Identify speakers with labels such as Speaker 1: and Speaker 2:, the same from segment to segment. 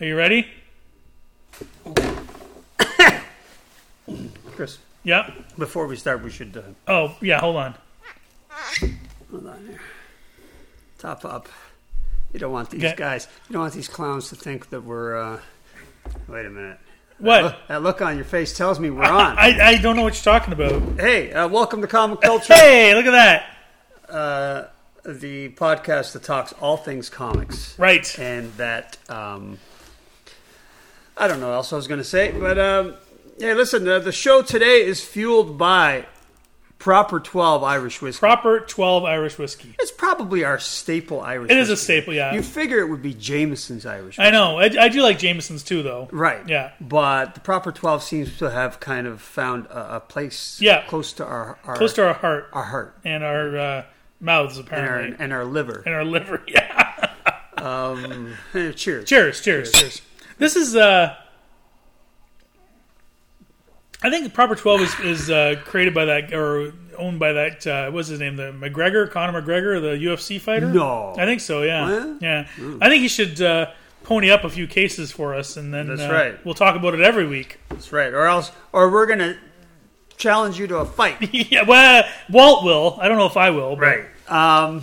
Speaker 1: Are you ready?
Speaker 2: Chris,
Speaker 1: Yep.
Speaker 2: before we start, we should uh,
Speaker 1: Oh, yeah, hold on.
Speaker 2: hold on here. Top up. You don't want these
Speaker 1: Okay.
Speaker 2: guys. You don't want these clowns to think that we're. Uh, wait a minute.
Speaker 1: What?
Speaker 2: Look, that look on your face tells me we're on.
Speaker 1: I, I don't know what you're talking about.
Speaker 2: hey, uh, welcome to Comic Culture,
Speaker 1: Hey, look at that.
Speaker 2: uh, the podcast that talks all things comics.
Speaker 1: Right.
Speaker 2: and that um, I don't know what else I was going to say, but um, yeah, listen, uh, the show today is fueled by proper twelve Irish whiskey.
Speaker 1: Proper 12 Irish whiskey.
Speaker 2: it's probably our staple Irish.
Speaker 1: It is a
Speaker 2: whiskey.
Speaker 1: staple, yeah.
Speaker 2: You figure it would be Jameson's Irish,
Speaker 1: I know. I, I do like Jameson's too, though.
Speaker 2: right?
Speaker 1: Yeah.
Speaker 2: but the proper twelve seems to have kind of found a, a place,
Speaker 1: Yeah.
Speaker 2: close to our, our
Speaker 1: Close to our heart
Speaker 2: our heart
Speaker 1: and our uh, mouths,
Speaker 2: and our,
Speaker 1: apparently. And our,
Speaker 2: and our liver.
Speaker 1: liver. Yeah.
Speaker 2: Eh, cheers.
Speaker 1: Cheers, cheers, cheers. This is, uh, I think Proper 12 is, is uh, created by that, or owned by that, uh, what's his name? The McGregor, Conor McGregor, the UFC fighter?
Speaker 2: No. Hmm.
Speaker 1: I think so. Yeah,
Speaker 2: Well,
Speaker 1: yeah. I think you should uh, pony up a few cases for us, and then
Speaker 2: That's
Speaker 1: uh,
Speaker 2: right.
Speaker 1: We'll talk about it every week.
Speaker 2: That's right, or else, or we're gonna challenge you to a fight.
Speaker 1: yeah, well, Walt will. I don't know if I will. But.
Speaker 2: Right. Um,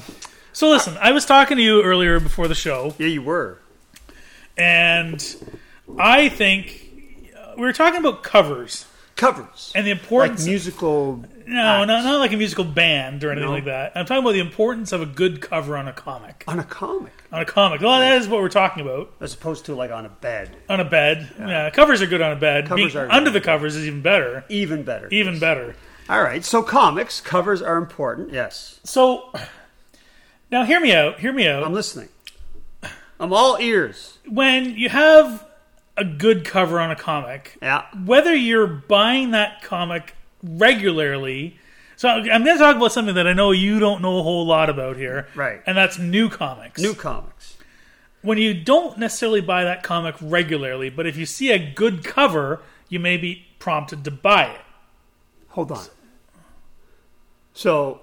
Speaker 1: So listen, I was talking to you earlier before the show,
Speaker 2: yeah, you were.
Speaker 1: and I think uh, we were talking about covers
Speaker 2: covers
Speaker 1: and the
Speaker 2: like
Speaker 1: importance.
Speaker 2: musical
Speaker 1: no, not, not like a musical band or anything
Speaker 2: No.
Speaker 1: like that. I'm talking about the importance of a good cover on a comic.
Speaker 2: on a comic
Speaker 1: On a comic, well, that is what we're talking about.
Speaker 2: as opposed to like on a bed
Speaker 1: On a bed, yeah. covers are good on a bed.
Speaker 2: Covers
Speaker 1: Being
Speaker 2: are
Speaker 1: under
Speaker 2: good.
Speaker 1: the covers is even better.
Speaker 2: even better
Speaker 1: Even better.
Speaker 2: all right so comics covers are important yes
Speaker 1: So now hear me out, hear me out.
Speaker 2: i'm listening i'm all ears
Speaker 1: When you have a good cover on a comic,
Speaker 2: yeah
Speaker 1: whether you're buying that comic regularly, so I'm going to talk about something that I know you don't know a whole lot about here.
Speaker 2: Right.
Speaker 1: And that's new comics.
Speaker 2: new comics
Speaker 1: When you don't necessarily buy that comic regularly, but if you see a good cover, you may be prompted to buy it.
Speaker 2: hold on so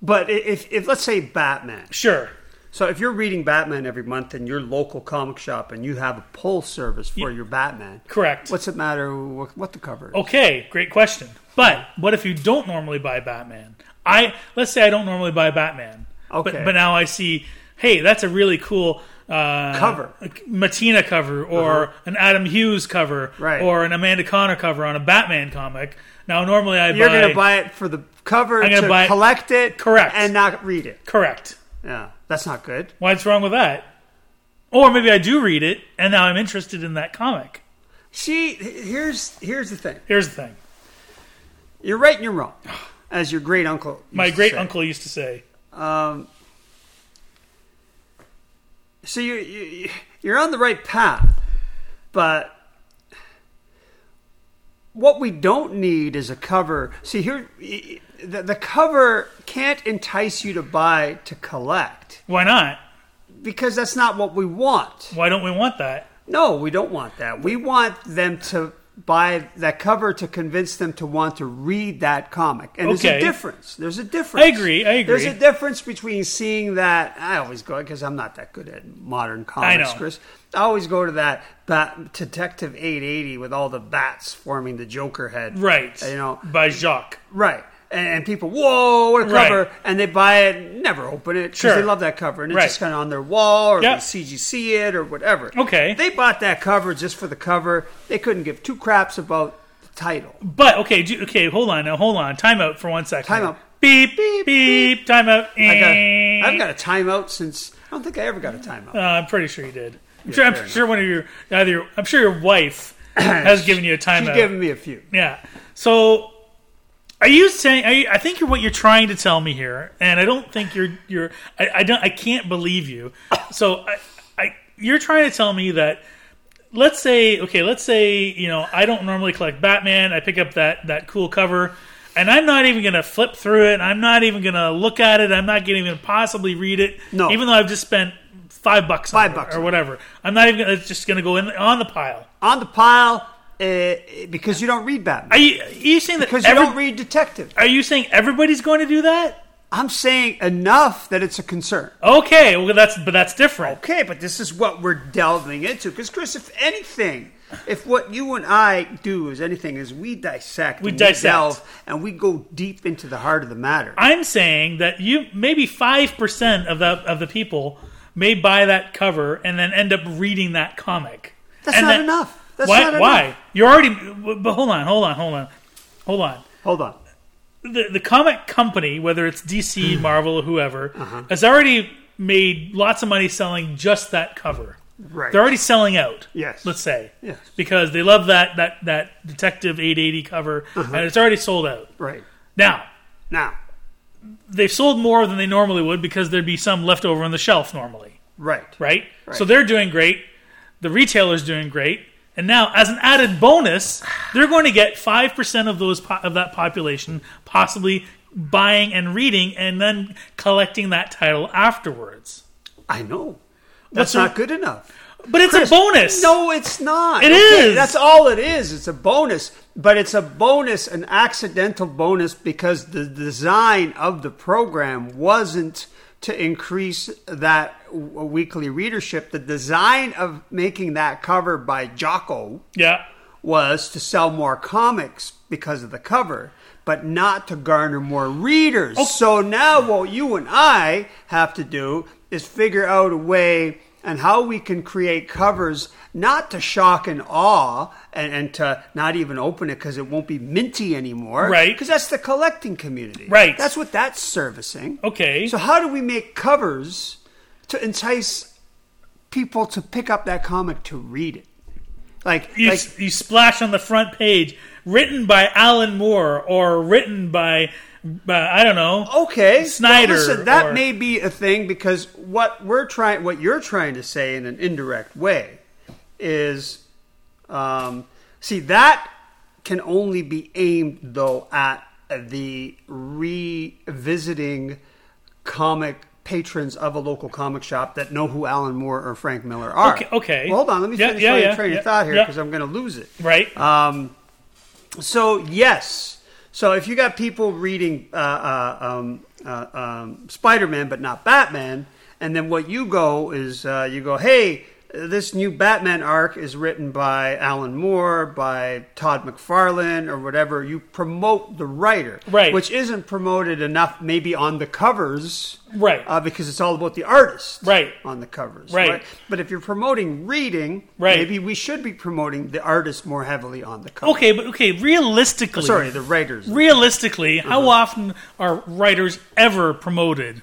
Speaker 2: but i- if, if let's say batman
Speaker 1: Sure.
Speaker 2: so if you're reading batman every month in your local comic shop and you have a pull service for your batman
Speaker 1: Correct. Oh,
Speaker 2: what's it matter what, what the cover is?
Speaker 1: Okay, great question. But what if you don't normally buy Batman? I let's say I don't normally buy Batman.
Speaker 2: Okay.
Speaker 1: But, but now I see, hey, that's a really cool uh,
Speaker 2: Cover. Uh-huh.
Speaker 1: a Matina cover, or an Adam Hughes cover,
Speaker 2: Right.
Speaker 1: or an Amanda Connor cover on a Batman comic. Now normally I
Speaker 2: You're
Speaker 1: buy,
Speaker 2: going to buy it for the cover
Speaker 1: gonna
Speaker 2: to
Speaker 1: buy it-
Speaker 2: collect it,
Speaker 1: Correct.
Speaker 2: and not read it.
Speaker 1: correct.
Speaker 2: Yeah, that's not good.
Speaker 1: What's wrong with that? Or maybe I do read it, and now I'm interested in that comic.
Speaker 2: See, h- here's here's the thing.
Speaker 1: Here's the thing:
Speaker 2: You're right and you're wrong, as your great uncle. used
Speaker 1: my
Speaker 2: to
Speaker 1: great
Speaker 2: say.
Speaker 1: uncle used to say,
Speaker 2: So you, you you're on the right path, but what we don't need is a cover. See here, y- y- the, the cover can't entice you to buy to collect
Speaker 1: "Why not?
Speaker 2: because that's not what we want.
Speaker 1: Why don't we want that?"
Speaker 2: No, we don't want that. We want them to buy that cover to convince them to want to read that comic. And
Speaker 1: Okay.
Speaker 2: there's a difference. There's a difference.
Speaker 1: I agree, I agree.
Speaker 2: There's a difference between seeing that. I always go because I'm not that good at modern comics,
Speaker 1: know.
Speaker 2: Chris. I always go to that Bat Detective 880 with all the bats forming the Joker head.
Speaker 1: Right.
Speaker 2: You know.
Speaker 1: by Jacques.
Speaker 2: Right. And, and people, whoa, what a
Speaker 1: Right.
Speaker 2: cover! And they buy it, never open it because
Speaker 1: Sure.
Speaker 2: they love that cover, and it's
Speaker 1: Right.
Speaker 2: just kind of on their wall, or
Speaker 1: Yep.
Speaker 2: they CGC it, or whatever.
Speaker 1: Okay.
Speaker 2: They bought that cover just for the cover. They couldn't give two craps about the title.
Speaker 1: But okay, do, okay, hold on now, hold on. Time out for one second.
Speaker 2: Time out.
Speaker 1: Beep beep beep. Time out.
Speaker 2: I got, I've got a timeout since I don't think I ever got a timeout.
Speaker 1: Uh, I'm pretty sure you did. I'm sure. I'm
Speaker 2: fair
Speaker 1: sure one of your either. Your, I'm sure your wife has given you a
Speaker 2: She's
Speaker 1: timeout.
Speaker 2: giving me a few.
Speaker 1: yeah. So, are you saying? Are you, I think what you're trying to tell me here, and I don't think you're. You're. I, I don't. I can't believe you. So, I, I. You're trying to tell me that. Let's say, okay, let's say you know I don't normally collect Batman. I pick up that that cool cover, and I'm not even gonna flip through it. I'm not even gonna look at it. I'm not gonna even possibly read it.
Speaker 2: No.
Speaker 1: even though I've just spent five bucks,
Speaker 2: Five
Speaker 1: on
Speaker 2: bucks
Speaker 1: it
Speaker 2: on
Speaker 1: or
Speaker 2: it.
Speaker 1: whatever. I'm not even. Gonna, it's just gonna go in on the pile.
Speaker 2: On the pile uh, because you don't read Batman.
Speaker 1: Are you, are you saying that
Speaker 2: Because you
Speaker 1: every,
Speaker 2: don't read Detective.
Speaker 1: Are you saying everybody's going to do that?
Speaker 2: I'm saying enough that it's a concern.
Speaker 1: Okay, well that's but that's different.
Speaker 2: Okay, but this is what we're delving into. Because Chris, if anything, if what you and I do is anything, is we dissect,
Speaker 1: We
Speaker 2: and
Speaker 1: dissect.
Speaker 2: delve, and we go deep into the heart of the matter.
Speaker 1: I'm saying that you maybe five percent of the of the people may buy that cover and then end up reading that comic.
Speaker 2: That's
Speaker 1: And
Speaker 2: not
Speaker 1: that-
Speaker 2: enough. That's
Speaker 1: why?
Speaker 2: not enough.
Speaker 1: Why? You're already. But hold on, hold on, hold on, hold on.
Speaker 2: Hold on.
Speaker 1: the, the comic company, whether it's DC,
Speaker 2: Hmm.
Speaker 1: Marvel, or whoever,
Speaker 2: Uh-huh.
Speaker 1: has already made lots of money selling just that cover.
Speaker 2: Right.
Speaker 1: They're already selling out.
Speaker 2: Yes.
Speaker 1: Let's say.
Speaker 2: Yes.
Speaker 1: Because they love that that that Detective 880 cover, and it's already sold out.
Speaker 2: Right.
Speaker 1: Now
Speaker 2: Now.
Speaker 1: they've sold more than they normally would because there'd be some left over on the shelf normally,
Speaker 2: Right.
Speaker 1: right? So they're doing great. The retailer's doing great. And now, as an added bonus, they're going to get five percent of those po- of that population possibly buying and reading, and then collecting that title afterwards.
Speaker 2: I know. That's
Speaker 1: the-
Speaker 2: not good enough.
Speaker 1: But it's a bonus.
Speaker 2: No, it's not.
Speaker 1: It
Speaker 2: It is.
Speaker 1: is.
Speaker 2: That's all it is. It's a bonus, but it's a bonus, an accidental bonus, because the design of the program wasn't to increase that w- weekly readership. The design of making that cover by Jocko
Speaker 1: Yeah.
Speaker 2: was to sell more comics because of the cover, but not to garner more readers.
Speaker 1: Oh.
Speaker 2: So now what you and I have to do is figure out a way and how we can create covers not to shock and awe and, and to not even open it because it won't be minty anymore.
Speaker 1: Right.
Speaker 2: Because that's the collecting community.
Speaker 1: Right.
Speaker 2: That's what that's servicing.
Speaker 1: Okay.
Speaker 2: So how do we make covers to entice people to pick up that comic to read it? Like,
Speaker 1: you,
Speaker 2: like
Speaker 1: you splash on the front page, written by Alan Moore or written by, by I don't know.
Speaker 2: okay
Speaker 1: Snyder
Speaker 2: Now, listen, that
Speaker 1: or-
Speaker 2: may be a thing because what we're trying what you're trying to say in an indirect way is um, see that can only be aimed though at the revisiting comic patrons of a local comic shop that know who Alan Moore or Frank Miller are.
Speaker 1: Okay, okay.
Speaker 2: Well, hold on, let me
Speaker 1: Yeah,
Speaker 2: finish
Speaker 1: yeah,
Speaker 2: my
Speaker 1: yeah,
Speaker 2: train
Speaker 1: yeah,
Speaker 2: of thought here
Speaker 1: yeah.
Speaker 2: because I'm going to lose it.
Speaker 1: Right.
Speaker 2: Um, so yes, so if you got people reading uh, uh, um, uh, um, Spider-Man but not Batman, and then what you go is uh, you go, hey, this new Batman arc is written by Alan Moore, by Todd McFarlane, or whatever. You promote the writer,
Speaker 1: Right.
Speaker 2: Which isn't promoted enough, maybe on the covers,
Speaker 1: Right.
Speaker 2: Uh, because it's all about the artist,
Speaker 1: Right.
Speaker 2: On the covers,
Speaker 1: Right.
Speaker 2: But if you're promoting reading,
Speaker 1: Right.
Speaker 2: maybe we should be promoting the artist more heavily on the cover.
Speaker 1: okay, but okay. Realistically,
Speaker 2: Oh, Sorry, Uh-huh. the writers.
Speaker 1: Realistically, how often are writers ever promoted?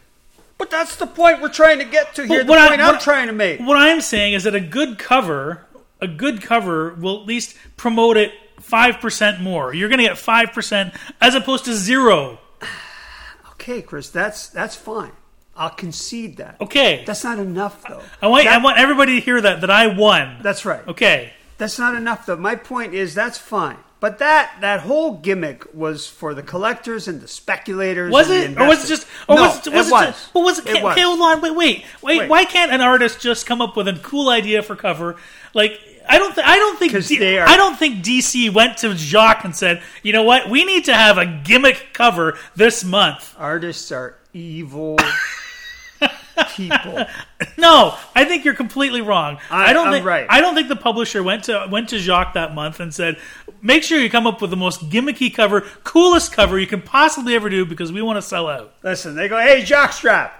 Speaker 2: But that's the point we're trying to get to here.
Speaker 1: But
Speaker 2: the point I'm trying to make.
Speaker 1: What I'm saying is that a good cover, a good cover will at least promote it five percent more. You're going to get five percent as opposed to zero.
Speaker 2: Okay, Chris, that's that's fine. I'll concede that.
Speaker 1: Okay,
Speaker 2: That's not enough, though.
Speaker 1: I want I
Speaker 2: that-
Speaker 1: want everybody to hear that that I won.
Speaker 2: That's right.
Speaker 1: okay.
Speaker 2: That's not enough, though. My point is that's fine. But that that whole gimmick was for the collectors and the speculators.
Speaker 1: Was
Speaker 2: and
Speaker 1: it,
Speaker 2: the
Speaker 1: or was it
Speaker 2: investors.
Speaker 1: just, or
Speaker 2: no,
Speaker 1: was it, was
Speaker 2: it
Speaker 1: it,
Speaker 2: was.
Speaker 1: just, but was it,
Speaker 2: It was.
Speaker 1: okay, hold on, wait, wait, wait,
Speaker 2: Wait.
Speaker 1: why can't an artist just come up with a cool idea for cover? Like, I don't, th- I don't think,
Speaker 2: 'Cause
Speaker 1: D-
Speaker 2: they are-
Speaker 1: I don't think DC went to Jacques and said, you know what, we need to have a gimmick cover this month.
Speaker 2: Artists are evil people.
Speaker 1: No, I think you're completely wrong.
Speaker 2: I-
Speaker 1: I, don't
Speaker 2: I'm
Speaker 1: think,
Speaker 2: right.
Speaker 1: I don't think the publisher went to went to Jacques that month and said, make sure you come up with the most gimmicky cover, coolest cover you can possibly ever do because we want to sell out.
Speaker 2: Listen, they go, hey, jockstrap,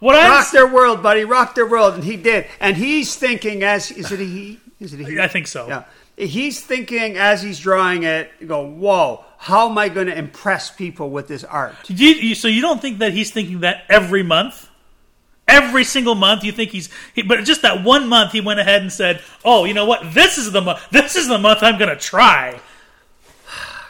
Speaker 1: What I'm
Speaker 2: rock their world, buddy, rock their world, and he did. And he's thinking as is it a he? Is it a he?
Speaker 1: I think so.
Speaker 2: Yeah. He's thinking as he's drawing it, go, whoa, how am I going to impress people with this art?
Speaker 1: Do you, you- so you don't think that he's thinking that every month, every single month? You think he's, he, but just that one month, he went ahead and said, "Oh, you know what? This is the month. This is the month I'm going to try."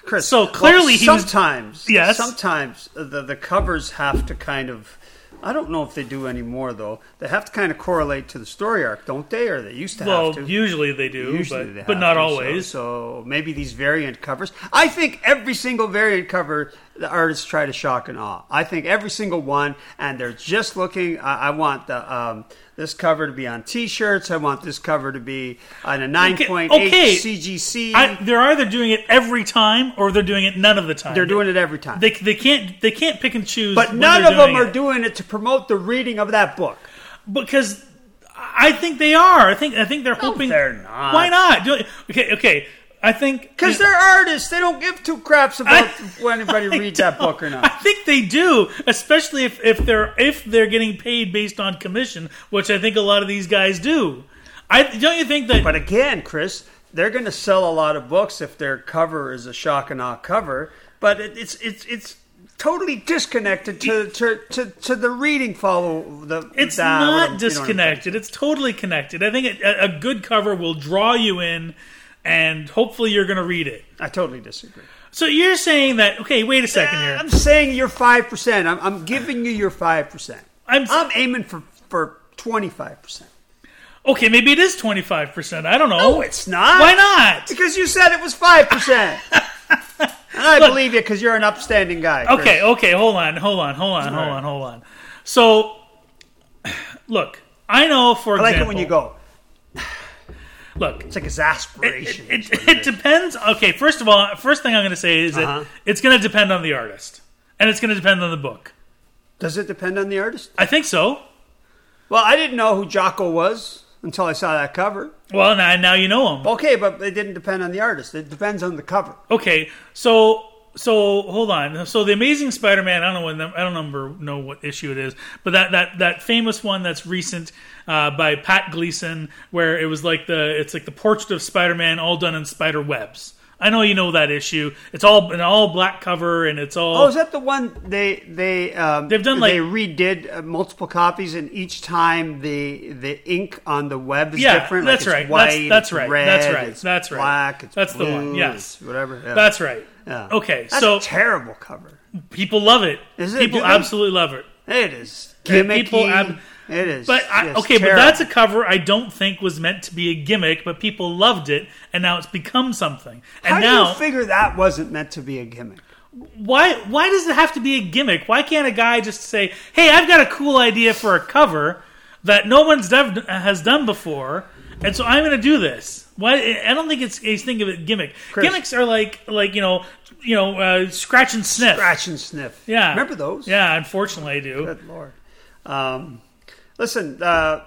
Speaker 2: Chris.
Speaker 1: So clearly he was-
Speaker 2: sometimes,
Speaker 1: Yes.
Speaker 2: sometimes the the covers have to kind of I don't know if they do anymore though. They have to kind of correlate to the story arc, don't they? Or they used to
Speaker 1: well,
Speaker 2: have to.
Speaker 1: usually they do,
Speaker 2: Usually
Speaker 1: but,
Speaker 2: they have
Speaker 1: but not
Speaker 2: to, so-
Speaker 1: always.
Speaker 2: So, maybe these variant covers. I think every single variant cover the artists try to shock and awe. I think every single one, and they're just looking. I, I want the um, this cover to be on T-shirts. I want this cover to be on a nine point eight
Speaker 1: okay.
Speaker 2: CGC.
Speaker 1: I, they're either doing it every time or they're doing it none of the time.
Speaker 2: they're doing it every time.
Speaker 1: They, they can't they can't pick and choose.
Speaker 2: but
Speaker 1: when
Speaker 2: none
Speaker 1: they're
Speaker 2: of them
Speaker 1: doing
Speaker 2: are
Speaker 1: it.
Speaker 2: doing it to promote the reading of that book.
Speaker 1: because I think they are. I think I think they're hoping
Speaker 2: they're not.
Speaker 1: Why not? Do it- Okay, okay. I think
Speaker 2: Because they're artists, they don't give two craps about when anybody
Speaker 1: I
Speaker 2: reads that
Speaker 1: don't-
Speaker 2: book or
Speaker 1: I
Speaker 2: not.
Speaker 1: think they do, especially if, if they're if they're getting paid based on commission, which I think a lot of these guys do. I don't you think that
Speaker 2: But again, Chris, they're going to sell a lot of books if their cover is a shock and awe cover. But it, it's it's it's totally disconnected to to, to, to the reading follow the.
Speaker 1: it's
Speaker 2: the-
Speaker 1: not
Speaker 2: whatever, you know what I'm saying.
Speaker 1: disconnected. It's totally connected. I think a, a good cover will draw you in, and hopefully you're going to read it.
Speaker 2: I totally disagree.
Speaker 1: So you're saying that? Okay, wait a second here.
Speaker 2: I'm saying you're five percent. I'm, I'm giving you your five percent.
Speaker 1: I'm s-
Speaker 2: I'm aiming for for twenty five percent.
Speaker 1: Okay, maybe it is twenty five percent. I don't know.
Speaker 2: No, it's not.
Speaker 1: Why not?
Speaker 2: Because you said it was five percent. and I believe you because you're an upstanding guy. Chris.
Speaker 1: Okay, okay, hold on, hold on, hold on, hold on, hold on. So, look, I know for
Speaker 2: I like
Speaker 1: example,
Speaker 2: it when you go.
Speaker 1: Look,
Speaker 2: It's like exasperation.
Speaker 1: it, it depends. Okay, first of all, first thing I'm going to say is
Speaker 2: Uh-huh.
Speaker 1: that it's going to depend on the artist, and it's going to depend on the book.
Speaker 2: Does it depend on the artist?
Speaker 1: I think so.
Speaker 2: Well, I didn't know who Jocko was until I saw that cover.
Speaker 1: Well, now, now you know him.
Speaker 2: Okay, but it didn't depend on the artist. It depends on the cover.
Speaker 1: Okay, so so hold on. So the Amazing Spider-Man. I don't know when. I don't number know what issue it is, but that that that famous one that's recent uh, by Pat Gleason, where it was like the it's like the portrait of Spider-Man all done in spider webs. I know you know that issue. It's all an all black cover, and it's all
Speaker 2: Oh, is that the one they they um,
Speaker 1: They've done,
Speaker 2: they
Speaker 1: like-
Speaker 2: redid uh, multiple copies, and each time the the ink on the web is
Speaker 1: Yeah,
Speaker 2: different.
Speaker 1: that's
Speaker 2: like
Speaker 1: right.
Speaker 2: it's White,
Speaker 1: That's- that's
Speaker 2: it's
Speaker 1: right.
Speaker 2: Red,
Speaker 1: That's right.
Speaker 2: It's
Speaker 1: That's right.
Speaker 2: Black. It's
Speaker 1: That's the
Speaker 2: blue,
Speaker 1: one. Yes.
Speaker 2: it's whatever. Yeah.
Speaker 1: that's right.
Speaker 2: Yeah.
Speaker 1: Okay,
Speaker 2: That's
Speaker 1: so
Speaker 2: a terrible cover.
Speaker 1: people love it.
Speaker 2: Is it?
Speaker 1: people
Speaker 2: Do they?
Speaker 1: absolutely love it.
Speaker 2: It is gimmicky.
Speaker 1: people ab-
Speaker 2: it is.
Speaker 1: But I,
Speaker 2: just
Speaker 1: okay,
Speaker 2: terrible.
Speaker 1: but that's a cover I don't think was meant to be a gimmick, but people loved it, and now it's become something. And
Speaker 2: How do
Speaker 1: now,
Speaker 2: you figure that wasn't meant to be a gimmick?
Speaker 1: why why does it have to be a gimmick? Why can't a guy just say, "Hey, I've got a cool idea for a cover that no one's dev- has done before, and so I'm going to do this"? Why? I don't think it's he's thinking of it gimmick. Gimmicks are like like you know you know uh, scratch and sniff.
Speaker 2: Scratch and sniff.
Speaker 1: Yeah,
Speaker 2: remember those?
Speaker 1: Yeah, unfortunately, I do.
Speaker 2: Good lord. Um, listen, uh,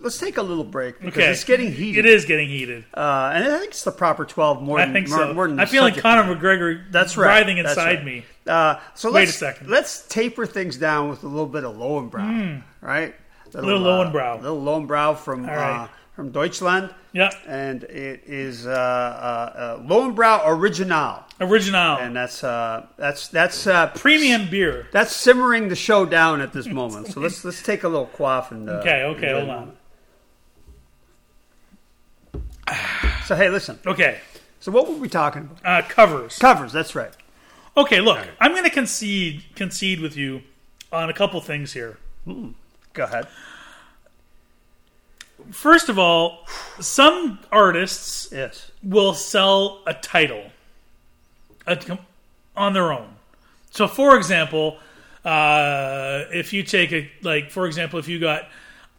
Speaker 2: let's take a little break because
Speaker 1: Okay.
Speaker 2: it's getting heated.
Speaker 1: It is getting heated.
Speaker 2: uh, and I think it's the proper twelve more.
Speaker 1: I
Speaker 2: than,
Speaker 1: think
Speaker 2: more,
Speaker 1: so.
Speaker 2: more than
Speaker 1: I
Speaker 2: the
Speaker 1: feel like
Speaker 2: subject.
Speaker 1: Conor McGregor
Speaker 2: That's right.
Speaker 1: writhing
Speaker 2: That's
Speaker 1: inside
Speaker 2: right.
Speaker 1: me.
Speaker 2: Uh, so
Speaker 1: Wait a
Speaker 2: let's,
Speaker 1: second.
Speaker 2: Let's taper things down with a little bit of Lowenbrow, right?
Speaker 1: Hmm. Little
Speaker 2: uh,
Speaker 1: Lowenbrow.
Speaker 2: little Lowenbrow from
Speaker 1: right.
Speaker 2: uh, from Deutschland.
Speaker 1: Yeah.
Speaker 2: and it is uh, uh, uh, Lowenbrow Original,
Speaker 1: Original.
Speaker 2: and that's uh, that's that's uh,
Speaker 1: Premium beer.
Speaker 2: That's simmering the show down at this moment. So let's let's take a little quaff and. Uh,
Speaker 1: Okay, okay,
Speaker 2: and-
Speaker 1: hold on.
Speaker 2: So hey, listen.
Speaker 1: Okay.
Speaker 2: So what were we talking about?
Speaker 1: Uh, covers.
Speaker 2: Covers. That's right.
Speaker 1: Okay, look, I'm going to concede concede with you on a couple things here.
Speaker 2: Go ahead.
Speaker 1: First of all, some artists
Speaker 2: Yes.
Speaker 1: will sell a title a- on their own. So, for example, uh, if you take a like, for example, if you got,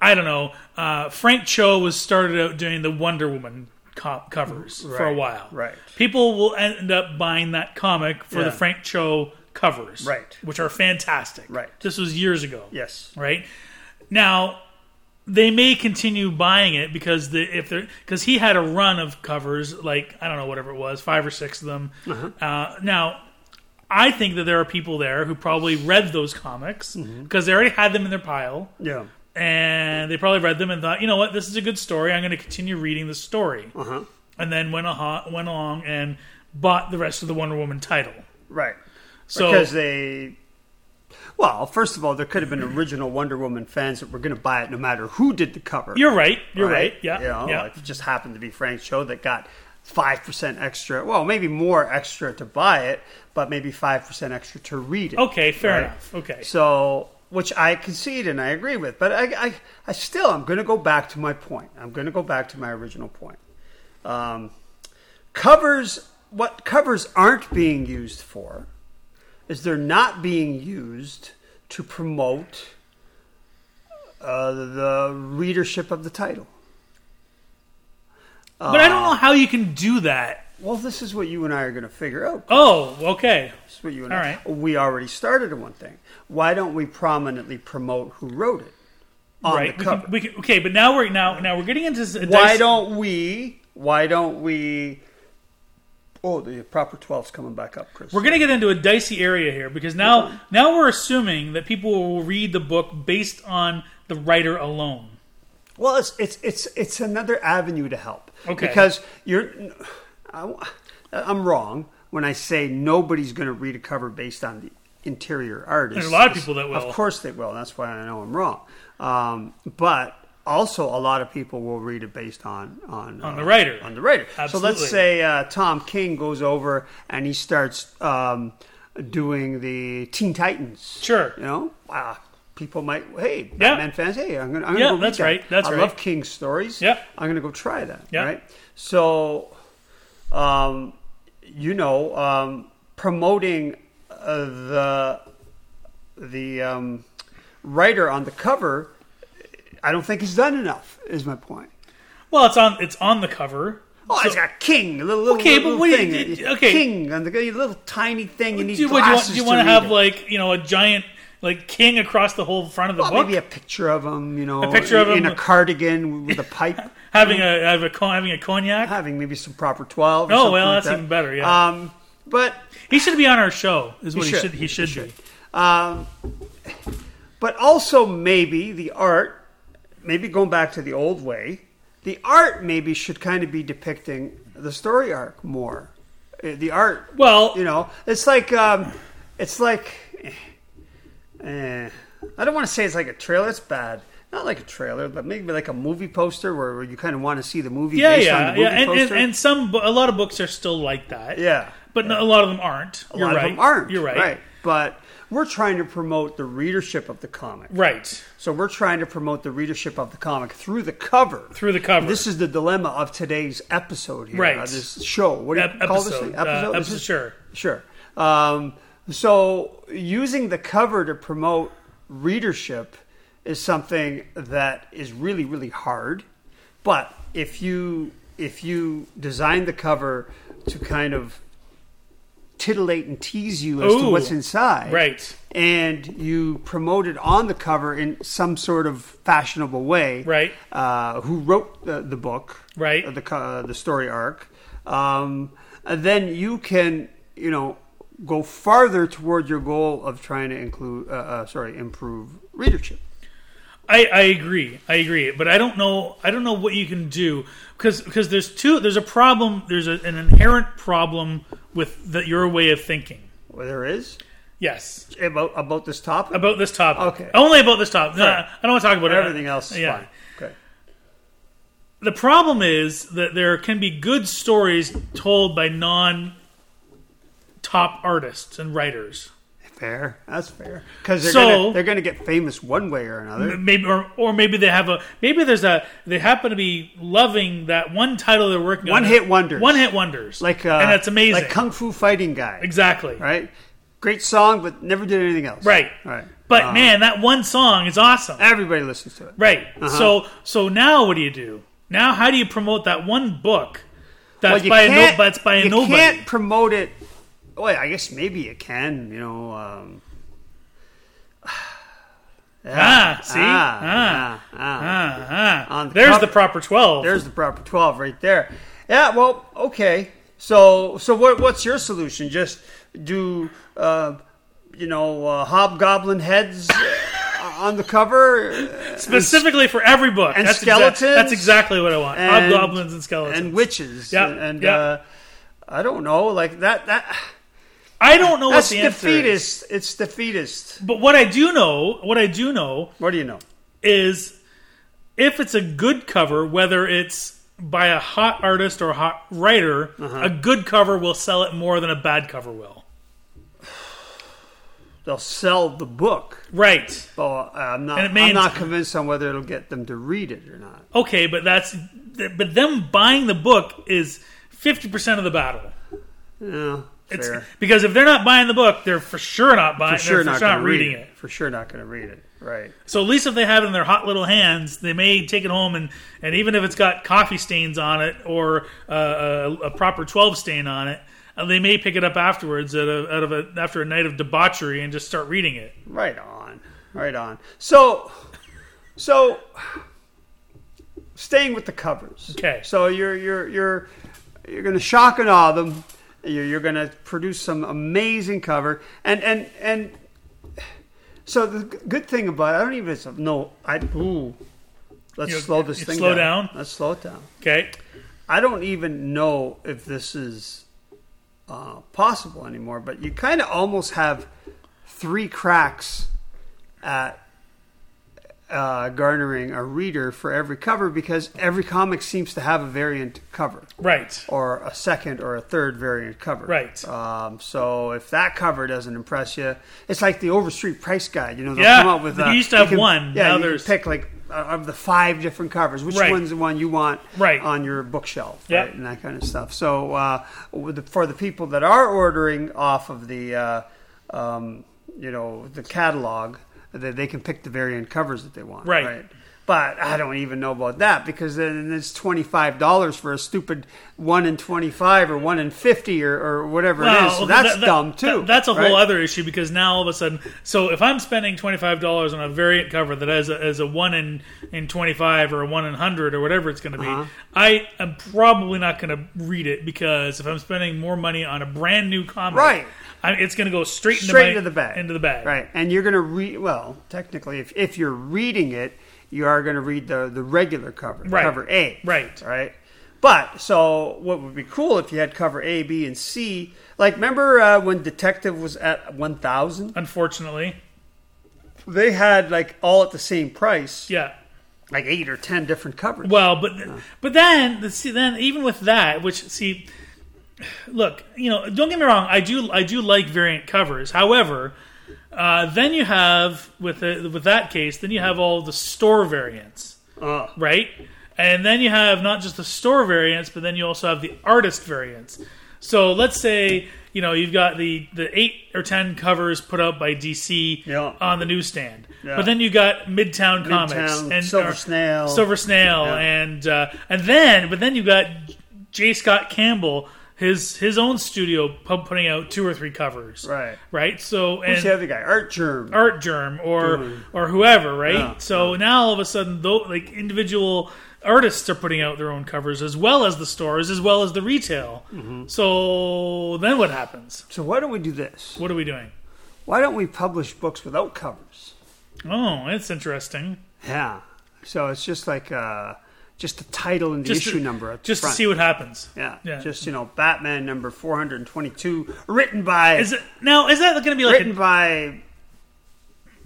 Speaker 1: I don't know, uh, Frank Cho was started out doing the Wonder Woman co- covers for a
Speaker 2: Right,
Speaker 1: while.
Speaker 2: right.
Speaker 1: People will end up buying that comic for
Speaker 2: Yeah.
Speaker 1: the Frank Cho covers,
Speaker 2: Right.
Speaker 1: Which are fantastic.
Speaker 2: Right.
Speaker 1: This was years ago
Speaker 2: Yes.
Speaker 1: right? Now they may continue buying it because the if they're because he had a run of covers like I don't know whatever it was five or six of them.
Speaker 2: Uh-huh.
Speaker 1: Uh, now I think that there are people there who probably read those comics because
Speaker 2: Mm-hmm.
Speaker 1: they already had them in their pile
Speaker 2: Yeah.
Speaker 1: and they probably read them and thought you know what this is a good story I'm going to continue reading the story
Speaker 2: Uh-huh.
Speaker 1: and then went aha went along and bought the rest of the Wonder Woman title.
Speaker 2: Right.
Speaker 1: So
Speaker 2: because they. Well, first of all, there could have been original Wonder Woman fans that were going to buy it no matter who did the cover.
Speaker 1: you're right. You're right. Yeah.
Speaker 2: You know,
Speaker 1: yeah.
Speaker 2: like, it just happened to be Frank Cho that got five percent extra. Well, maybe more extra to buy it, but maybe five percent extra to read it.
Speaker 1: okay. Fair
Speaker 2: right?
Speaker 1: enough. Okay.
Speaker 2: So which I concede and I agree with. But I, I, I still, I'm going to go back to my point. I'm going to go back to my original point. Um, covers, what covers aren't being used for is they're not being used to promote uh, the readership of the title.
Speaker 1: But I don't know how you can do that.
Speaker 2: Well, this is what you and I are going to figure out.
Speaker 1: Oh, okay.
Speaker 2: This is what you and
Speaker 1: All
Speaker 2: I.
Speaker 1: right.
Speaker 2: We already started on one thing. Why don't we prominently promote who wrote it on
Speaker 1: right.
Speaker 2: the
Speaker 1: We
Speaker 2: cover?
Speaker 1: can, we can, okay, but now we're now now we're getting into this.
Speaker 2: why don't we? Why don't we? Oh, the proper 12's coming back up, Chris.
Speaker 1: We're gonna get into a dicey area here because now now we're assuming that people will read the book based on the writer alone.
Speaker 2: Well, it's it's it's it's another avenue to help.
Speaker 1: Okay.
Speaker 2: Because you're, I, am wrong when I say nobody's going to read a cover based on the interior artist.
Speaker 1: There's a lot of people that will.
Speaker 2: Of course they will. and That's why I know I'm wrong. Um, but also, a lot of people will read it based on on uh,
Speaker 1: On the writer.
Speaker 2: On the writer. So
Speaker 1: Absolutely.
Speaker 2: let's say uh, Tom King goes over and he starts um, doing the Teen Titans.
Speaker 1: Sure.
Speaker 2: You know, wow. People might hey
Speaker 1: Yeah.
Speaker 2: Batman fans hey I'm gonna I'm
Speaker 1: Yeah,
Speaker 2: gonna go read
Speaker 1: that's
Speaker 2: that.
Speaker 1: right, that's
Speaker 2: I
Speaker 1: right.
Speaker 2: love King's stories.
Speaker 1: Yeah.
Speaker 2: I'm gonna go try that.
Speaker 1: Yeah.
Speaker 2: Right. So, um, you know, um, promoting uh, the the um, writer on the cover, I don't think is done enough. Is my point.
Speaker 1: Well, it's on it's on the cover.
Speaker 2: Oh, it's got King, a little, little,
Speaker 1: Okay, but
Speaker 2: little
Speaker 1: what do
Speaker 2: thing.
Speaker 1: you- okay.
Speaker 2: King, and the g- little tiny thing. You need
Speaker 1: Do you, what, do you want,
Speaker 2: glasses
Speaker 1: do you
Speaker 2: to
Speaker 1: want to
Speaker 2: read
Speaker 1: have
Speaker 2: it.
Speaker 1: like you know a giant like king across the whole front of the
Speaker 2: Well,
Speaker 1: book,
Speaker 2: Oh, maybe a picture of him, you know,
Speaker 1: A picture of
Speaker 2: in, in
Speaker 1: him.
Speaker 2: a cardigan with a pipe.
Speaker 1: having a have a con- having a cognac?
Speaker 2: having maybe some proper twelve. Or
Speaker 1: Oh,
Speaker 2: something
Speaker 1: well,
Speaker 2: like
Speaker 1: that's
Speaker 2: that.
Speaker 1: even better, yeah.
Speaker 2: Um, but
Speaker 1: He should be on our show. Is what he,
Speaker 2: should.
Speaker 1: should he should, be.
Speaker 2: um, but also maybe the art, maybe going back to the old way, the art maybe should kind of be depicting the story arc more. Uh, The art,
Speaker 1: Well,
Speaker 2: you know, it's like um, it's like. Eh, I don't want to say it's like a trailer. It's bad. Not like a trailer, but maybe like a movie poster where, where you kind of want to see the movie
Speaker 1: yeah,
Speaker 2: based
Speaker 1: yeah,
Speaker 2: on the movie
Speaker 1: yeah, and, and,
Speaker 2: poster.
Speaker 1: and some bo- a lot of books are still like that.
Speaker 2: yeah.
Speaker 1: but no- a lot of them aren't.
Speaker 2: A
Speaker 1: You're
Speaker 2: lot
Speaker 1: right.
Speaker 2: of them aren't.
Speaker 1: You're right.
Speaker 2: But we're trying to promote the readership of the comic.
Speaker 1: Right
Speaker 2: So we're trying to promote the readership of the comic through the cover.
Speaker 1: through the cover.
Speaker 2: This is the dilemma of today's episode here.
Speaker 1: Right.
Speaker 2: uh, this show. What do you
Speaker 1: Ep-
Speaker 2: call this
Speaker 1: episode,
Speaker 2: thing?
Speaker 1: uh,
Speaker 2: This
Speaker 1: episode,
Speaker 2: is-
Speaker 1: sure.
Speaker 2: Sure. Um, so using the cover to promote readership is something that is really, really hard. But if you if you design the cover to kind of titillate and tease you as to
Speaker 1: Ooh.
Speaker 2: what's inside,
Speaker 1: right.
Speaker 2: and you promote it on the cover in some sort of fashionable way,
Speaker 1: Right.
Speaker 2: Uh, who wrote the, the book,
Speaker 1: Right.
Speaker 2: uh, The co- uh, the story arc, um, and then you can you know go farther toward your goal of trying to include, uh, uh, sorry, improve readership.
Speaker 1: I, I agree. I agree. But I don't know. I don't know what you can do because because there's two. There's a problem. There's a, an inherent problem with the, your way of thinking.
Speaker 2: Well, there is
Speaker 1: Yes,
Speaker 2: about about this topic.
Speaker 1: about this topic.
Speaker 2: Okay.
Speaker 1: Only about this topic. No,
Speaker 2: Fair.
Speaker 1: I don't want to talk about
Speaker 2: Everything else is
Speaker 1: Yeah.
Speaker 2: fine. Okay.
Speaker 1: The problem is that there can be good stories told by non top artists and writers.
Speaker 2: Fair. That's fair. Because they're
Speaker 1: So-
Speaker 2: gonna, they're going to get famous one way or another.
Speaker 1: maybe or, or maybe they have a maybe there's a they happen to be loving that one title they're working on
Speaker 2: One-hit wonders.
Speaker 1: one hit wonders
Speaker 2: Like uh,
Speaker 1: and that's amazing
Speaker 2: Like kung fu fighting guy.
Speaker 1: exactly
Speaker 2: right? Great song, but never did anything else.
Speaker 1: Right.
Speaker 2: Right.
Speaker 1: but
Speaker 2: Um,
Speaker 1: man that one song is awesome
Speaker 2: everybody listens to it.
Speaker 1: right so so now what do you do now how do you promote that one book that's
Speaker 2: Well, you
Speaker 1: by a no,
Speaker 2: can't-
Speaker 1: that's by a
Speaker 2: you
Speaker 1: nobody
Speaker 2: can't promote it. Well, I guess maybe you can. You know. Um,
Speaker 1: ah see ah
Speaker 2: ah, ah.
Speaker 1: ah, ah.
Speaker 2: On the
Speaker 1: there's
Speaker 2: cover-
Speaker 1: the proper twelve
Speaker 2: There's the proper twelve right there. Yeah. Well, okay. So, so what? What's your solution? Just do, uh, you know, uh, hobgoblin heads uh, on the cover, uh,
Speaker 1: specifically for every book
Speaker 2: and
Speaker 1: that's exac-
Speaker 2: skeletons
Speaker 1: that's exactly what I want
Speaker 2: and-
Speaker 1: hobgoblins and skeletons
Speaker 2: and witches,
Speaker 1: Yeah,
Speaker 2: and, and,
Speaker 1: yeah.
Speaker 2: Uh, I don't know, like that. That
Speaker 1: I don't know
Speaker 2: that's
Speaker 1: what the answer is.
Speaker 2: defeatist. It's defeatist.
Speaker 1: But what I do know, what I do know
Speaker 2: What do you know?
Speaker 1: is if it's a good cover, whether it's by a hot artist or a hot
Speaker 2: Uh-huh.
Speaker 1: writer, a good cover will sell it more than a bad cover will.
Speaker 2: they'll sell the book.
Speaker 1: Right.
Speaker 2: But I'm not.
Speaker 1: And it may-
Speaker 2: I'm not convinced on whether it'll get them to read it or not.
Speaker 1: Okay, but that's but them buying the book is fifty percent of the battle.
Speaker 2: Yeah,
Speaker 1: It's-
Speaker 2: fair.
Speaker 1: because if they're not buying the book, they're for sure not buying.
Speaker 2: For sure,
Speaker 1: they're
Speaker 2: not
Speaker 1: for sure
Speaker 2: going
Speaker 1: not
Speaker 2: to
Speaker 1: reading
Speaker 2: read it. For sure, not going to read it. Right.
Speaker 1: So at least if they have it in their hot little hands, they may take it home and, and even if it's got coffee stains on it or uh, a, a proper twelve stain on it, uh, they may pick it up afterwards at a, out of a, after a night of debauchery and just start reading it.
Speaker 2: Right on. Right on. So, so staying with the covers.
Speaker 1: Okay.
Speaker 2: So you're you're you're you're going to shock and awe them. You're, you're going to produce some amazing cover. And and and so the g- good thing about I don't even it's no I ooh. Let's
Speaker 1: You-
Speaker 2: slow this
Speaker 1: you
Speaker 2: thing
Speaker 1: slow
Speaker 2: down.
Speaker 1: down?
Speaker 2: Let's slow it down.
Speaker 1: Okay,
Speaker 2: I don't even know if this is uh, possible anymore, but you kind of almost have three cracks at uh, garnering a reader for every cover because every comic seems to have a variant cover
Speaker 1: right,
Speaker 2: or a second or a third variant cover.
Speaker 1: Right.
Speaker 2: Um, so if that cover doesn't impress you, it's like the Overstreet Price Guide. You know, they'll
Speaker 1: Yeah,
Speaker 2: come up with.
Speaker 1: they
Speaker 2: uh,
Speaker 1: used to have
Speaker 2: you can-
Speaker 1: one,
Speaker 2: Yeah,
Speaker 1: now
Speaker 2: you can
Speaker 1: there's-
Speaker 2: pick like uh, of the five different covers, which
Speaker 1: Right.
Speaker 2: one's the one you want
Speaker 1: Right.
Speaker 2: on your bookshelf,
Speaker 1: Yeah.
Speaker 2: right, and that kind of stuff. So uh, with the- for the people that are ordering off of the, uh, um, you know, the catalog, they, they can pick the variant covers that they want,
Speaker 1: Right.
Speaker 2: But I don't even know about that because then it's twenty five dollars for a stupid one in twenty five or one in fifty or, or whatever it is. So
Speaker 1: Well,
Speaker 2: that's
Speaker 1: that- that-
Speaker 2: dumb too.
Speaker 1: that- that's a
Speaker 2: right?
Speaker 1: whole other issue because now all of a sudden, so if I'm spending twenty five dollars on a variant cover that has a, has a one in in twenty five or a one in hundred or whatever it's going to be,
Speaker 2: Uh-huh.
Speaker 1: I am probably not going to read it because if I'm spending more money on a brand new comic,
Speaker 2: Right.
Speaker 1: I, it's going to go straight into
Speaker 2: straight
Speaker 1: my-
Speaker 2: into the bag.
Speaker 1: into the bag,
Speaker 2: Right. And you're going to read, well, technically, if, if you're reading it, you are going to read the, the regular cover,
Speaker 1: Right.
Speaker 2: cover A.
Speaker 1: Right.
Speaker 2: Right. But, so what would be cool if you had cover A, B, and C? Like, remember uh, when Detective was at 1000
Speaker 1: Unfortunately,
Speaker 2: They had, like, all at the same price,
Speaker 1: yeah.
Speaker 2: like eight or ten different covers.
Speaker 1: Well, but but then see then even with that, which see, look, you know, don't get me wrong, I do I do like variant covers. However, uh, then you have with the, with that case, then you have all the store variants,
Speaker 2: Uh,
Speaker 1: right? And then you have not just the store variants, but then you also have the artist variants. So let's say you know you've got the the eight or ten covers put out by DC
Speaker 2: Yeah.
Speaker 1: on the newsstand,
Speaker 2: Yeah.
Speaker 1: but then you got Midtown, Comics
Speaker 2: Midtown,
Speaker 1: and
Speaker 2: Silver
Speaker 1: or-
Speaker 2: Snail.
Speaker 1: Silver Snail,
Speaker 2: Yeah.
Speaker 1: and uh, and then but then you got J. Scott Campbell, his his own studio pu- putting out two or three covers,
Speaker 2: Right.
Speaker 1: Right. So
Speaker 2: Who's the
Speaker 1: and
Speaker 2: other guy? Art Germ.
Speaker 1: Art Germ or or whoever, right?
Speaker 2: Yeah,
Speaker 1: so now all of a sudden, though, like individual artists are putting out their own covers as well as the stores as well as the retail.
Speaker 2: Mm-hmm.
Speaker 1: So then what happens?
Speaker 2: So why don't we do this?
Speaker 1: What are we doing?
Speaker 2: Why don't we publish books without covers?
Speaker 1: Oh, that's interesting.
Speaker 2: Yeah. So it's just like uh, just the title and the
Speaker 1: Just to-
Speaker 2: issue number at the
Speaker 1: Just
Speaker 2: front.
Speaker 1: to see what happens.
Speaker 2: yeah.
Speaker 1: yeah.
Speaker 2: Just you know, Batman number four hundred and twenty-two, written by
Speaker 1: Is it now? Is that going to be like
Speaker 2: written
Speaker 1: a
Speaker 2: by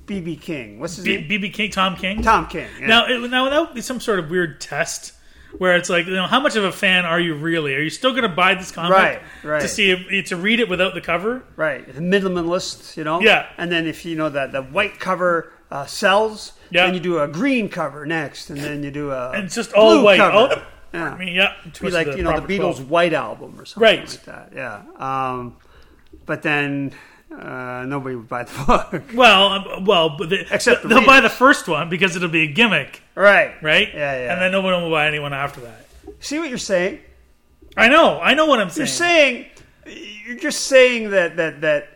Speaker 2: BB King. What's his
Speaker 1: B-
Speaker 2: name?
Speaker 1: BB King, Tom King?
Speaker 2: Tom King. yeah.
Speaker 1: Now, it, now that would be some sort of weird test where it's like, you know, how much of a fan are you really? Are you still going to buy this comic
Speaker 2: Right, right.
Speaker 1: to see if, to read it without the cover?
Speaker 2: right, the minimalist. You know.
Speaker 1: Yeah.
Speaker 2: And then if you know that the white cover. Uh, sells,
Speaker 1: Yeah.
Speaker 2: then you do a green cover next, and then you do a
Speaker 1: And it's just all
Speaker 2: blue
Speaker 1: white.
Speaker 2: cover.
Speaker 1: Oh,
Speaker 2: yeah.
Speaker 1: I mean, yeah,
Speaker 2: be like you know the Beatles' White Album or something
Speaker 1: Right.
Speaker 2: like that. Yeah. Um, but then uh, nobody would buy the book.
Speaker 1: Well, um, well, but they,
Speaker 2: Except the
Speaker 1: they'll buy the
Speaker 2: readers.
Speaker 1: first one because it'll be a gimmick,
Speaker 2: right.
Speaker 1: right?
Speaker 2: Yeah, yeah.
Speaker 1: And then no one will buy anyone after that.
Speaker 2: See what you're saying?
Speaker 1: I know, I know what I'm
Speaker 2: You're
Speaker 1: saying.
Speaker 2: saying you're just saying that that that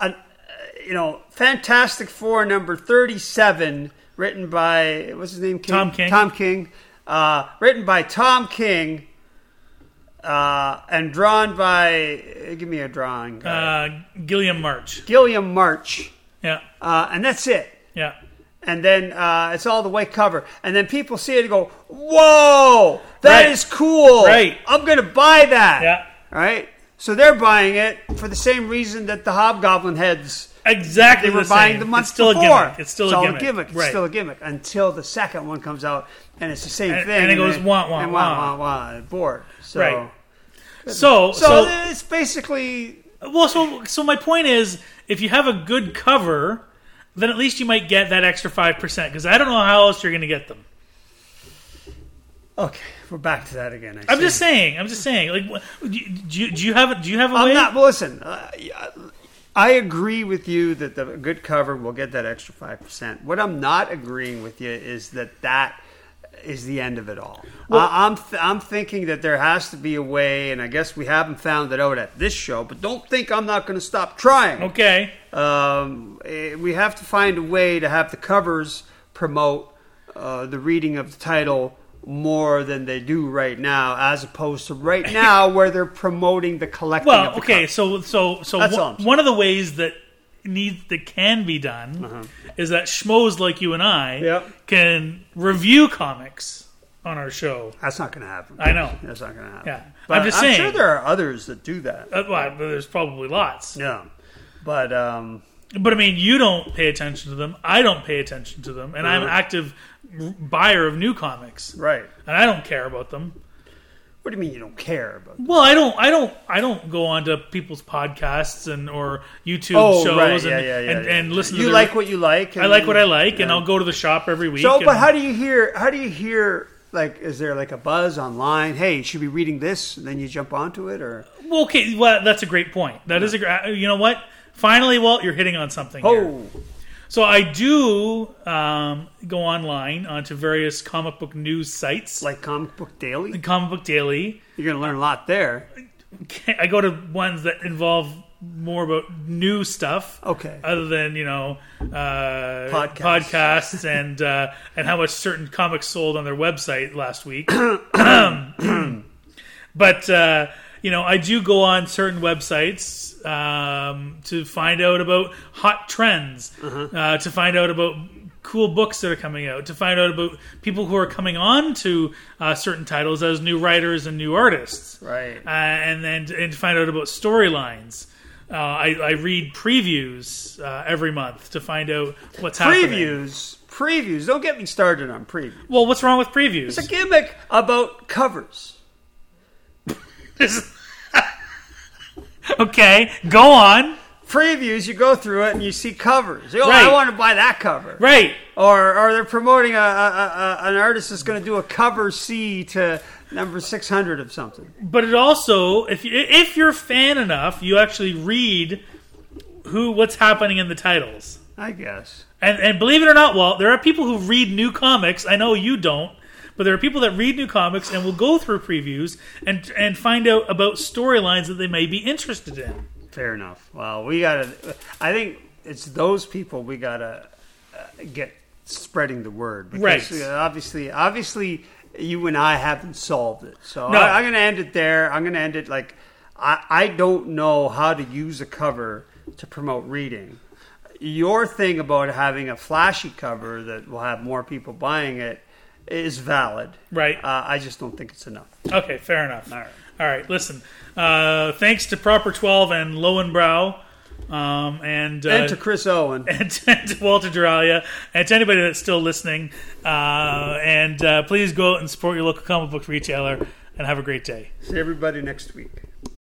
Speaker 2: an, uh, you know Fantastic Four number thirty-seven, written by what's his name? King?
Speaker 1: Tom King.
Speaker 2: Tom King. Uh, written by Tom King. Uh, and drawn by uh, give me a drawing guy.
Speaker 1: uh, Gilliam March.
Speaker 2: Gilliam March.
Speaker 1: Yeah,
Speaker 2: Uh, and that's it.
Speaker 1: yeah.
Speaker 2: and then uh, it's all the white cover, and then people see it and go, "Whoa, that is
Speaker 1: Right.
Speaker 2: cool!
Speaker 1: Right.
Speaker 2: I'm gonna buy that."
Speaker 1: Yeah.
Speaker 2: Right. So they're buying it for the same reason that the Hobgoblin heads
Speaker 1: Exactly.
Speaker 2: they were
Speaker 1: the
Speaker 2: buying
Speaker 1: same.
Speaker 2: the month
Speaker 1: it's still
Speaker 2: before.
Speaker 1: A gimmick. It's still
Speaker 2: all
Speaker 1: a gimmick.
Speaker 2: It's
Speaker 1: Right.
Speaker 2: still a gimmick until the second one comes out, and it's the same
Speaker 1: And-
Speaker 2: thing.
Speaker 1: and it goes, "Wah, wah,
Speaker 2: and
Speaker 1: wah."
Speaker 2: wah, wah, wah, bored. So,
Speaker 1: Right. so,
Speaker 2: so,
Speaker 1: so
Speaker 2: it's basically
Speaker 1: Well, so so my point is, if you have a good cover, then at least you might get that extra five percent. Because I don't know how else you're going to get them.
Speaker 2: Okay, we're back to that again. I
Speaker 1: I'm
Speaker 2: see.
Speaker 1: just saying. I'm just saying. Like, what- do you, do you, do you have a, do you have a way?
Speaker 2: I'm not. Well, listen, uh, yeah, I agree with you that the good cover will get that extra five percent. What I'm not agreeing with you is that that is the end of it all. I, I'm th- I'm thinking that there has to be a way, and I guess we haven't found it out at this show. But don't think I'm not going to stop trying.
Speaker 1: okay.
Speaker 2: Um, eh, we have to find a way to have the covers promote uh, the reading of the title more than they do right now, as opposed to right now where they're promoting the collecting. of
Speaker 1: Well,
Speaker 2: the
Speaker 1: okay. So so so
Speaker 2: That's all
Speaker 1: one,
Speaker 2: I'm saying.
Speaker 1: one of the ways that needs that can be done
Speaker 2: Uh-huh.
Speaker 1: is that schmoes like you and I
Speaker 2: Yep.
Speaker 1: can review comics on our show.
Speaker 2: That's not going to happen.
Speaker 1: I know.
Speaker 2: That's not going to happen.
Speaker 1: Yeah.
Speaker 2: But
Speaker 1: I'm just
Speaker 2: I'm
Speaker 1: saying.
Speaker 2: sure there are others that do that.
Speaker 1: Uh, well, there's probably lots.
Speaker 2: yeah. But um,
Speaker 1: But I mean, you don't pay attention to them. I don't pay attention to them, and I'm an active buyer of new comics,
Speaker 2: right.
Speaker 1: and I don't care about them.
Speaker 2: What do you mean you don't care about?
Speaker 1: Well, I don't, I don't, I don't go onto people's podcasts and or YouTube
Speaker 2: Oh,
Speaker 1: shows and, and, and listen.
Speaker 2: You
Speaker 1: to their-
Speaker 2: like what you like.
Speaker 1: I like what I like, and
Speaker 2: yeah.
Speaker 1: I'll go to the shop every week.
Speaker 2: So,
Speaker 1: and-
Speaker 2: but how do you hear? How do you hear? Like, is there like a buzz online? Hey, you should be reading this, and then you jump onto it, or
Speaker 1: Well, okay, well, that's a great point. That is a great. You know what? Finally, Walt, you're hitting on something. here.
Speaker 2: oh,
Speaker 1: So I do um, go online onto various comic book news sites, like
Speaker 2: like comic book daily.
Speaker 1: Comic Book Daily.
Speaker 2: You're gonna learn a lot there.
Speaker 1: I go to ones that involve more about new stuff.
Speaker 2: Okay.
Speaker 1: Other than you know uh, podcasts,
Speaker 2: Podcasts.
Speaker 1: and uh, and how much certain comics sold on their website last week. but uh, you know, I do go on certain websites um, to find out about hot trends,
Speaker 2: Uh-huh.
Speaker 1: uh, to find out about cool books that are coming out, to find out about people who are coming on to uh, certain titles as new writers and new artists
Speaker 2: Right.
Speaker 1: uh, and then and to find out about storylines. Uh, I, I read previews uh, every month to find out what's happening.
Speaker 2: Previews, previews. Don't get me started on previews.
Speaker 1: Well, what's wrong with previews?
Speaker 2: It's a gimmick about covers.
Speaker 1: okay, go on.
Speaker 2: Previews, you go through it and you see covers. Oh,
Speaker 1: Right.
Speaker 2: I want to buy that cover.
Speaker 1: Right.
Speaker 2: Or, or they're promoting a, a, a, a- an artist that's going to do a cover C to number 600 of something.
Speaker 1: But it also, if you, if you're fan enough, you actually read who what's happening in the titles.
Speaker 2: I guess.
Speaker 1: And, and believe it or not, Walt, there are people who read new comics. I know you don't, but there are people that read new comics and will go through previews and and find out about storylines that they may be interested in.
Speaker 2: Fair enough. Well, we got to. I think it's those people we got to uh, get spreading the word. Because
Speaker 1: Right.
Speaker 2: uh, Obviously, obviously, you and I haven't solved it. So
Speaker 1: No.
Speaker 2: I, I'm going to end it there. I'm going to end it like I, I don't know how to use a cover to promote reading. Your thing about having a flashy cover that will have more people buying it is valid.
Speaker 1: Right. Uh,
Speaker 2: Uh, I just don't think it's enough.
Speaker 1: Okay, fair enough. All
Speaker 2: right.
Speaker 1: All right, listen. Uh, thanks to Proper 12 and Lowenbrow um, and, uh,
Speaker 2: And to Chris Owen.
Speaker 1: and to Walter Duralia, and to anybody that's still listening. Uh, and uh, please go out and support your local comic book retailer and have a great day.
Speaker 2: See everybody next week.